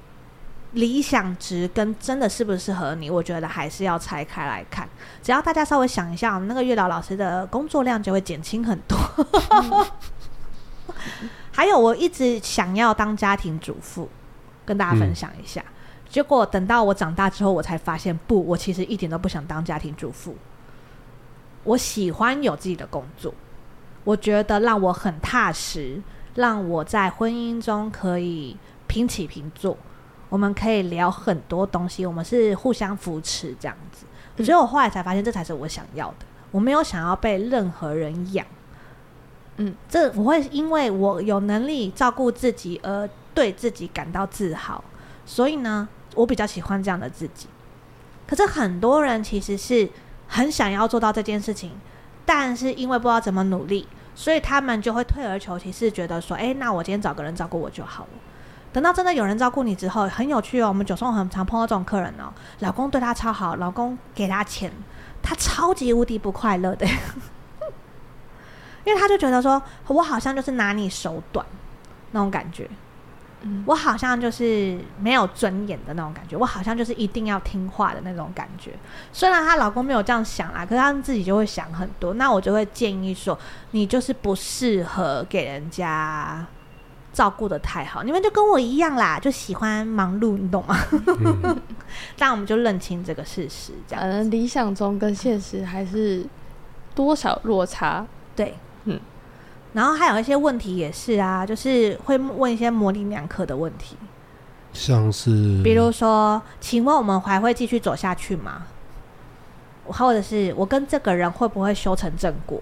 理想值跟真的适不适合你，我觉得还是要拆开来看。只要大家稍微想一下，那个月老老师的工作量就会减轻很多。还有，我一直想要当家庭主妇，跟大家分享一下。结果等到我长大之后，我才发现，不，我其实一点都不想当家庭主妇。我喜欢有自己的工作，我觉得让我很踏实，让我在婚姻中可以平起平坐。我们可以聊很多东西，我们是互相扶持这样子。所以我后来才发现，这才是我想要的。我没有想要被任何人养，
嗯，
这我会因为我有能力照顾自己而对自己感到自豪，所以呢，我比较喜欢这样的自己。可是很多人其实是很想要做到这件事情，但是因为不知道怎么努力，所以他们就会退而求其次，觉得说，哎、那我今天找个人照顾我就好了。等到真的有人照顾你之后，很有趣哦。我们九松很常碰到这种客人哦，老公对她超好，老公给她钱，她超级无敌不快乐的，因为她就觉得说，我好像就是拿你手短那种感觉，
嗯
我好像就是没有尊严的那种感觉，我好像就是一定要听话的那种感觉。虽然她老公没有这样想啊啦，可是她自己就会想很多。那我就会建议说，你就是不适合给人家照顾的太好，你们就跟我一样啦，就喜欢忙碌，你懂吗？
嗯
但我们就认清这个事实，这样
反正理想中跟现实还是多少落差。
对，
嗯。
然后还有一些问题也是啊，就是会问一些模棱两可的问题，
像是
比如说，请问我们还会继续走下去吗？或者是我跟这个人会不会修成正果？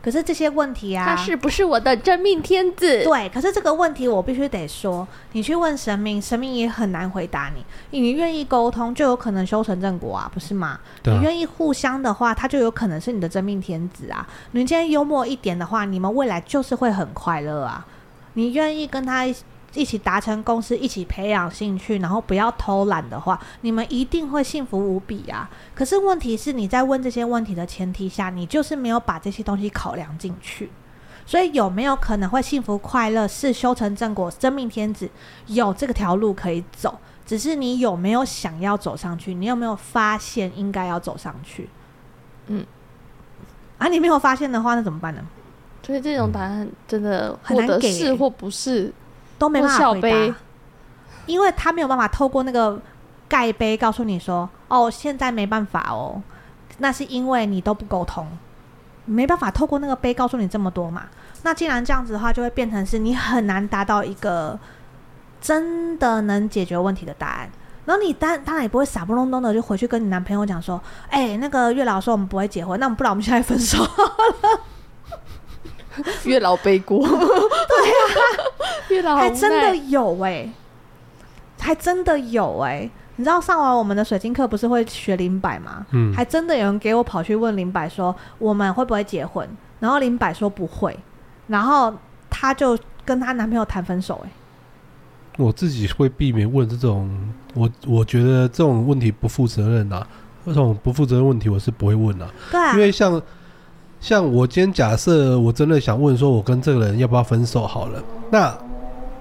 可是这些问题啊，
他是不是我的真命天子？
对，可是这个问题我必须得说，你去问神明，神明也很难回答你。你愿意沟通，就有可能修成正果啊，不是吗？
对啊
你愿意互相的话，他就有可能是你的真命天子啊。你今天幽默一点的话，你们未来就是会很快乐啊。你愿意跟他一起一起达成共识，一起培养兴趣，然后不要偷懒的话，你们一定会幸福无比啊。可是问题是，你在问这些问题的前提下，你就是没有把这些东西考量进去。所以有没有可能会幸福快乐是修成正果、真命天子？有这个条路可以走，只是你有没有想要走上去？你有没有发现应该要走上去？
嗯，
啊，你没有发现的话，那怎么办呢？
所以这种答案真的
很
获
难
得
给
是或不是，
都没办
或
法
笑
回
杯
答，因为他没有办法透过那个盖杯告诉你说：“哦，现在没办法哦。”那是因为你都不沟通，没办法透过那个杯告诉你这么多嘛。那既然这样子的话，就会变成是你很难达到一个真的能解决问题的答案。然后你当当然也不会傻不隆咚的就回去跟你男朋友讲说：“哎、那个月老说我们不会结婚，那我们不然我们现在分手。”
月老背锅。 对啊， 月老好
还
无
真的
奈
有哎、还真的有哎、你知道上完我们的水晶课不是会学灵摆吗？
嗯
还真的有人给我跑去问灵摆说我们会不会结婚，然后灵摆说不会，然后她就跟她男朋友谈分手哎、
我自己会避免问这种，我我觉得这种问题不负责任啊，这种不负责任问题我是不会问啊，
对啊
因，为像像我今天假设我真的想问说，我跟这个人要不要分手好了，那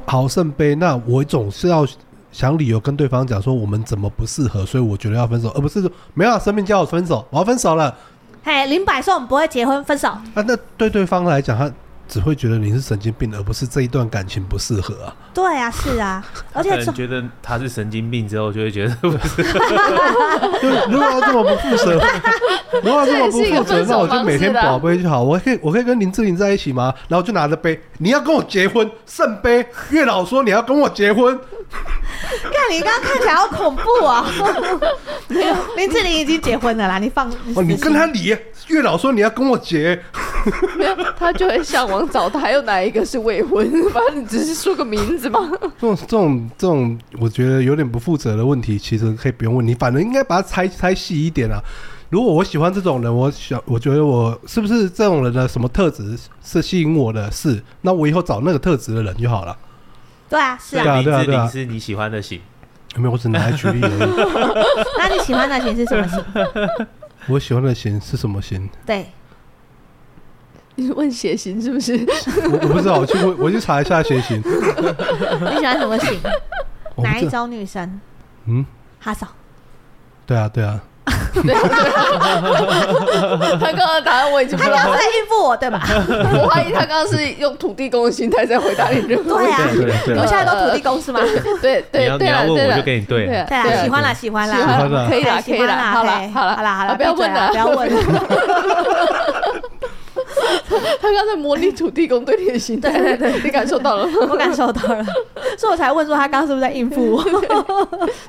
好圣杯，那我总是要想理由跟对方讲说我们怎么不适合，所以我觉得要分手，而不是说没有啊生命叫我分手，我要分手了
嘿，灵摆说我们不会结婚，分手。
啊，那对对方来讲，他只会觉得你是神经病，而不是这一段感情不适合啊。
对啊，是啊，而
可
且
能
这
觉得他是神经病之后，就会觉得不是
如果如果要这么不负 责，如果要这么不
这也是一
负
个
责
分，手
那我就每天
方式啊
保杯就好。我可以我可以跟林志玲在一起吗？然后就拿着杯，你要跟我结婚，圣杯，月老说你要跟我结婚，
看你刚刚看起来好恐怖啊、 林志玲已经结婚了啦，你放
哦，你跟他离，月老说你要跟我结，
没有，他就会向往找的还有哪一个是未 婚？反正你只是说个名字嘛。
这种这种这种，我觉得有点不负责的问题，其实可以不用问你，反正应该把它拆拆细一点啊。如果我喜欢这种人，我想我觉得我是不是这种人的什么特质是吸引我的？是，那我以后找那个特质的人就好了。
对啊，是
对
啊，
啊
林志
对啊
玲是你喜欢的型，
有没有？我只拿来举例而已。
那你喜欢的型是什么 型？
我喜欢的型是什么型？
对，
你问血型是不 是？
我我不知道，我去 我我去查一下血型。
你喜欢什么型？
我不
哪一
知道？
种女生？
嗯，
哈嫂，
对啊，对啊，
他刚刚答案我已经不
他刚
知道
刚，在应付我对 吧？
我怀疑他刚刚是用土地公的心态在回答你任何问
对
题。
啊，
对对对
留下来都土地公是吗？
对
你
对
要
对
你
啦
要
对
问
啦
我就给你对
对
了，
啊
对啊，喜欢啦，喜欢
喜
啦，
欢
啦
了，可以啦，
嘿
可以
喜欢啦
啦，好
嘿
了，好了，
好啦，好啦，
不要
闭嘴
问
啦，不要问，
了。他刚才模拟土地公对你的心 态，对对对，你感受到了吗？
我感受到了，所以我才问说他刚刚是不是在应付我？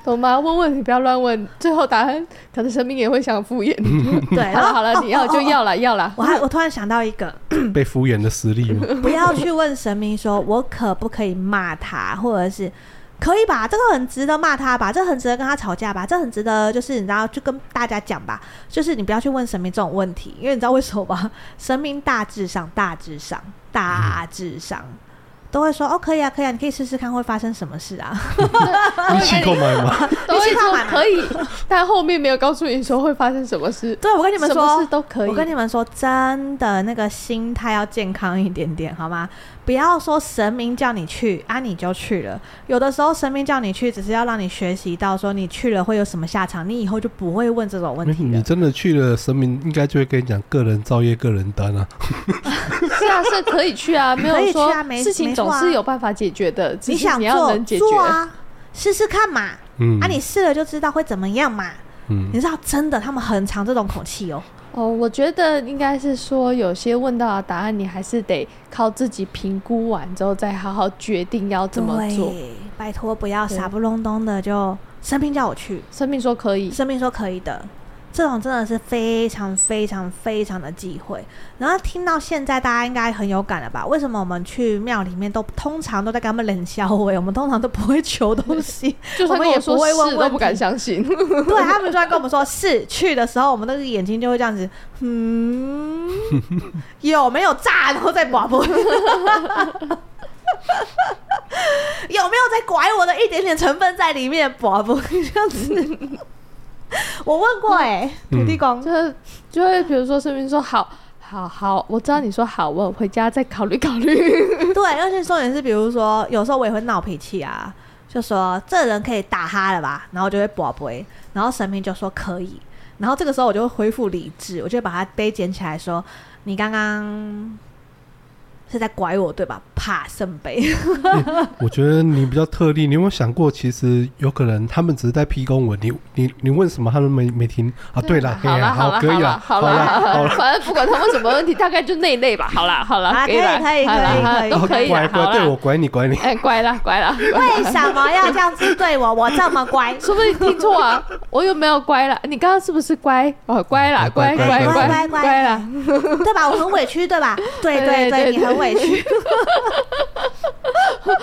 懂吗？问问题不要乱问，最后答案可能神明也会想 敷衍你。
对，
好
然
了
后
好了，你
哦
要就要了要了。
我还我突然想到一个，
被敷衍的实力 嘛。
不要去问神明说我可不可以骂他，或者是。可以吧，这个很值得骂他吧，这很值得跟他吵架吧，这很值得就是你知道就跟大家讲吧，就是你不要去问神明这种问题，因为你知道为什么吗？神明大致上、大致上、大致上都会说哦，可以啊，可以啊，你可以试试看会发生什么事啊。
一起购买吗？
都会
你去啊他
说
买吗
可以，但后面没有告诉你说会发生什么事。
对，我跟你们
什
说，
么事都可以。
我跟你们说，真的那个心态要健康一点点，好吗？不要说神明叫你去啊，你就去了。有的时候神明叫你去，只是要让你学习到说你去了会有什么下场，你以后就不会问这种问题
你
了。
真的去了，神明应该就会跟你讲个人造业、个人单啊。
是啊，是可以 去啊，没
可以
有
去
说
啊没
事情
没错
总
啊
是有办法解决的，只是
想
你要
做
能解决。
做啊，试试看嘛，
嗯，
啊，你试了就知道会怎么样嘛。
嗯
你知道，真的他们很常这种口气哦。
哦，我觉得应该是说，有些问到的答案，你还是得靠自己评估完之后，再好好决定要怎么做。
对？拜托，不要
对
傻不隆咚的就神明叫我去，
生命说可以，
生命说可以的，这种真的是非常非常非常的忌讳。然后听到现在，大家应该很有感了吧？为什么我们去庙里面都通常都在跟他们冷笑话？我们通常都不会求东西，
就算
我们
跟
也
我说
不会问
是
问
都不
题
敢相 信。
对他们就在跟我们说是去的时候，我们那个眼睛就会这样子，嗯，有没 有炸？然后再广播。有没有在拐我的一点点成分在里面？不不，这样子，我问过哎、土地公，
就是就会比如说生命说好。好好，我知道你说好，我回家再考虑考虑。
对，而且重点是，比如说有时候我也会闹脾气啊，就说这人可以打哈了吧，然后就会驳回，然后神明就说可以，然后这个时候我就会恢复理智，我就会把他杯捡起来说，你刚刚是在拐我对吧？怕圣杯，
我觉得你比较特例，你有没有想过，其实有可能他们只是在批公文，你你你问什么他们没没听啊？对啦，嘿
好啦
啦，
好啦
可以啦，
好
啦，嗯
啦
好
啦，
啦，
反正不管他问什么问题，大概就那一类吧。好啦好啦，
啊
可以啦
可以可以
好啦
可以
好啦
可以
都可以
乖
啦好
乖，
啦
对我管你管你。
哎，乖啦乖啦，乖
为什么要这样子对我？我这么乖，
说不定听错啊，我有没有乖啦？你刚刚是不是乖？哦，乖啦，
嗯乖
乖
乖
乖乖
乖乖啦。
对吧？我很委屈对吧？对对
对对
对，你很委屈，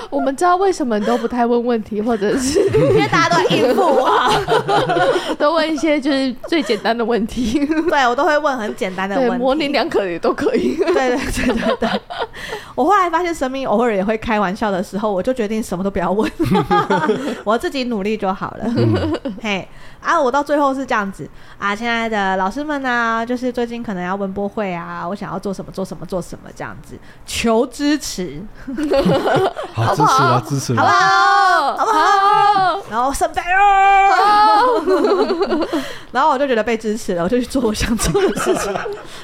我们知道为什么你都不太问问题，或者是
因为大家都在应付我，
都问一些就是最简单的问题，
对我都会问很简单的
对，
问
模
题
棱。两可的也都可以。
对对对对对，我后来发现神明偶尔也会开玩笑的时候，我就决定什么都不要问， 我自己努力就好了。 嘿，啊，我到最后是这样子啊，亲爱的老师们啊，就是最近可能要文博会啊，我想要做什么做什么做什么这样子，求支持，
好，支持了，支持
好不
了。
好？好不好？然后圣杯哦， 然后我就觉得被支持了，我就去做我想做的事情。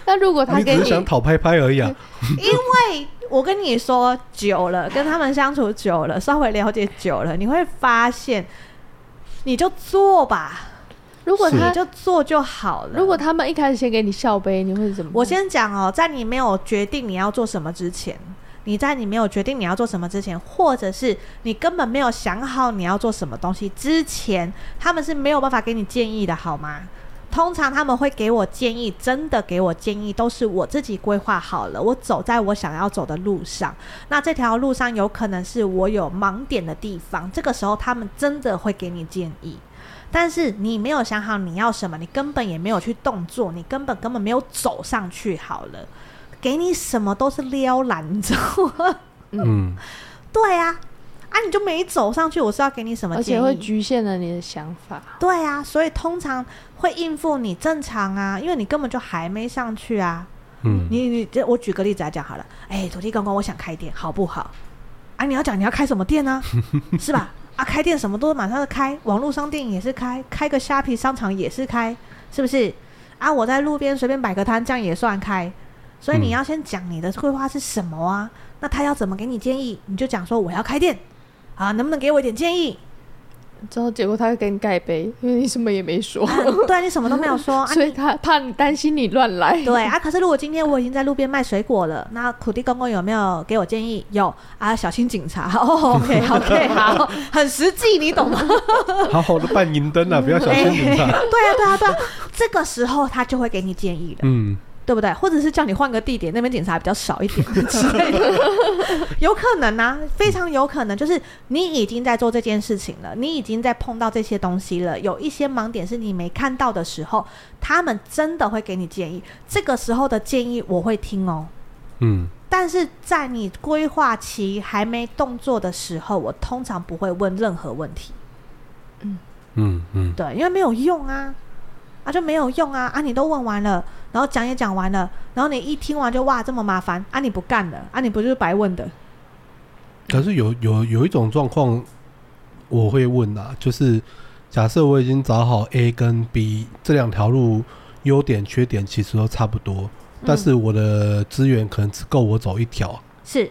那如果他
你
给
只是
你
想讨拍拍而已啊，
因为我跟你说久了，跟他们相处久了，稍微了解久了，你会发现，你就做吧，
如果他
你就做就好了。
如果他们一开始先给你笑杯，你会怎么办？
我先讲哦，在你没有决定你要做什么之前，你在你没有决定你要做什么之前，或者是你根本没有想好你要做什么东西之前，他们是没有办法给你建议的，好吗？通常他们会给我建议，真的给我建议，都是我自己规划好了，我走在我想要走的路上。那这条路上有可能是我有盲点的地方，这个时候他们真的会给你建议。但是你没有想好你要什么，你根本也没有去动作，你根本根本没有走上去。好了，给你什么都是撩篮，你知道吗？
嗯，
对啊，啊你就没走上去，我是要给你什么
而
建
且
议？
会局限了你的想法。
对啊，所以通常会应付你正常啊，因为你根本就还没上去啊。
嗯
你你这我举个例子来讲好了，哎、土地公公，我想开店，好不好？啊，你要讲你要开什么店呢、是吧？啊，开店什么都马上就开，网络商店也是开，开个虾皮商场也是开，是不是？啊，我在路边随便摆个摊，这样也算开。所以你
嗯
要先讲你的规划是什么啊？那他要怎么给你建议，你就讲说我要开店啊，能不能给我一点建议？
之后结果他又给你盖杯，因为你什么也没 说，
对啊你什么都没有说哦啊，
所以他怕你担心你乱 来。
对啊，可是如果今天我已经在路边卖水果了，那土地公公有没有给我建议？有啊，小心警察。 哦，OK，OK，好，很实际，你懂吗？
好好的办银灯啊，不要小心
对
点
啊
啊。，
对啊，对啊，这个时候他就会给你建议的，
嗯，
对不对？或者是叫你换个地点，那边警察比较少一点之类的，有可能啊，非常有可能，就是你已经在做这件事情了，你已经在碰到这些东西了，有一些盲点是你没看到的时候，他们真的会给你建议。这个时候的建议我会听哦，
嗯，
但是在你规划期还没动作的时候，我通常不会问任何问题。
嗯，嗯，
对，因为没有用啊，啊就没有用啊啊！你都问完了，然后讲也讲完了，然后你一听完就哇这么麻烦啊！你不干了啊！你不就是白问的？
可是有有有一种状况，我会问啊，就是假设我已经找好 A 跟 B 这两条路优点缺点其实都差不多，
嗯
但是我的资源可能只够我走一条，
是，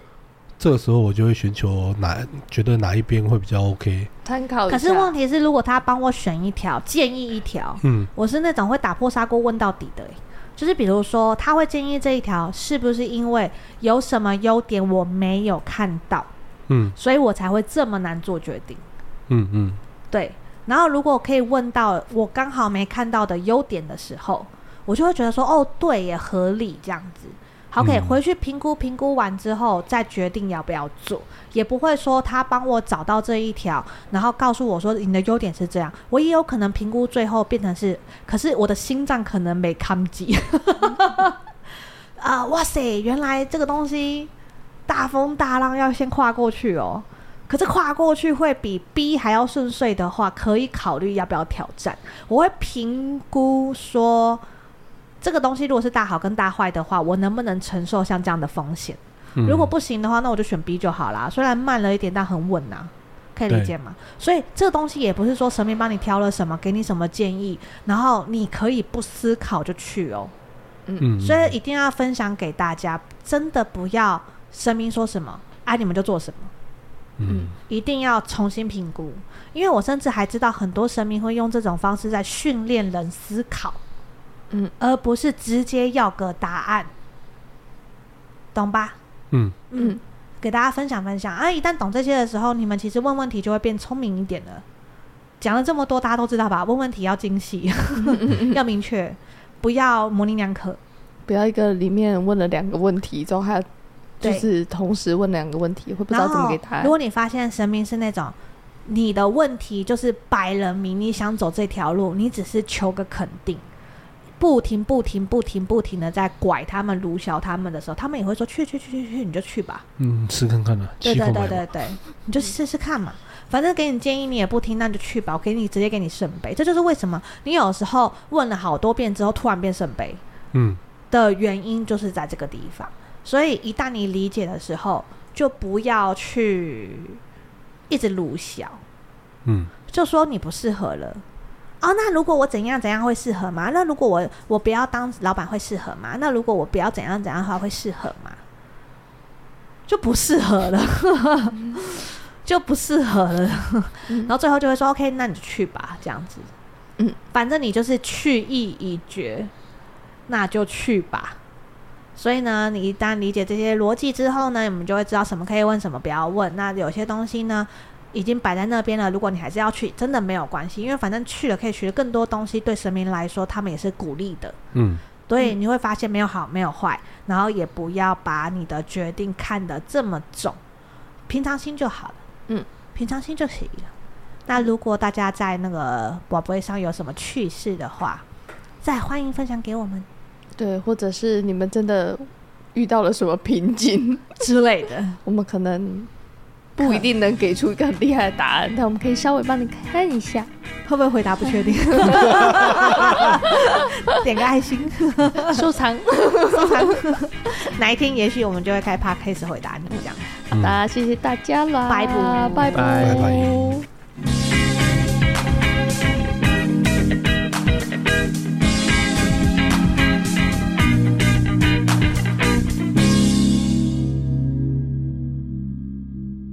这个时候我就会寻求哪觉得哪一边会比较 OK。
参哦考一下。
可是问题是，如果他帮我选一条，建议一条，
嗯
我是那种会打破砂锅问到底的欸、就是比如说，他会建议这一条是不是因为有什么优点我没有看到，
嗯
所以我才会这么难做决定。
嗯嗯
对，然后如果可以问到我刚好没看到的优点的时候，我就会觉得说，哦，对也合理这样子。好，可以
嗯
回去评估评估完之后再决定要不要做，也不会说他帮我找到这一条，然后告诉我说你的优点是这样，我也有可能评估最后变成是，可是我的心脏可能没抗击。 啊、哇塞，原来这个东西大风大浪要先跨过去哦，可是跨过去会比 B 还要顺遂的话，可以考虑要不要挑战。我会评估说，这个东西如果是大好跟大坏的话，我能不能承受像这样的风险？
嗯，
如果不行的话，那我就选 B 就好啦。虽然慢了一点，但很稳呐、可以理解吗？所以这个东西也不是说神明帮你挑了什么，给你什么建议，然后你可以不思考就去哦。
嗯，
所以一定要分享给大家，真的不要神明说什么，爱、你们就做什么。
嗯
一定要重新评估，因为我甚至还知道很多神明会用这种方式在训练人思考，
嗯，
而不是直接要个答案，懂吧？
嗯
嗯，
给大家分享分享啊！一旦懂这些的时候，你们其实问问题就会变聪明一点了。讲了这么多，大家都知道吧？问问题要精细， 要明确，不要模棱两可。
不要一个里面问了两个问题之后，还要就
对
是同时问两个问题，会不知
然
道
后，
怎么给答案
如。果你发现神明是那种你的问题就是摆人明，你想走这条路，你只是求个肯定，不停不停不停不停的在拐他们、撸小他们的时候，他们也会说去去去去去，你就去吧。
嗯，试看看了，
对
欺
对
负
对对对， 你就试试看嘛。反正给你建议你也不听，那就去吧。我给你直接给你圣杯，这就是为什么你有时候问了好多遍之后突然变圣杯，
嗯
的原因就是在这个地方。所以一旦你理解的时候，就不要去一直鲁小，
嗯
就说你不适合了。哦，那如果我怎样怎样会适合吗？那如果我我不要当老板会适合吗？那如果我不要怎样怎样的话会适合吗？就不适合了， 就不适合了。然后最后就会说 OK，那你就去吧，这样子。
嗯，
反正你就是去意已决，那就去吧。所以呢，你一旦理解这些逻辑之后呢，你们就会知道什么可以问，什么不要问。那有些东西呢，已经摆在那边了，如果你还是要去，真的没有关系，因为反正去了可以学更多东西，对神明来说，他们也是鼓励的。
嗯
所以你会发现没有好，没有坏，然后也不要把你的决定看得这么重，平常心就好了。
嗯，
平常心就行了。那如果大家在那个宝贝上有什么趣事的话，再欢迎分享给我们
对，或者是你们真的遇到了什么瓶颈，
之类的。
我们可能不一定能给出一个很厉害的答案，但我们可以稍微帮你看一下。
会不会回答不确 定？点个爱心，
收藏。
收藏。 哪一天也许我们就会开 podcast 回答你这样。
好的，谢谢大家啦，
拜拜
拜
拜
拜
拜。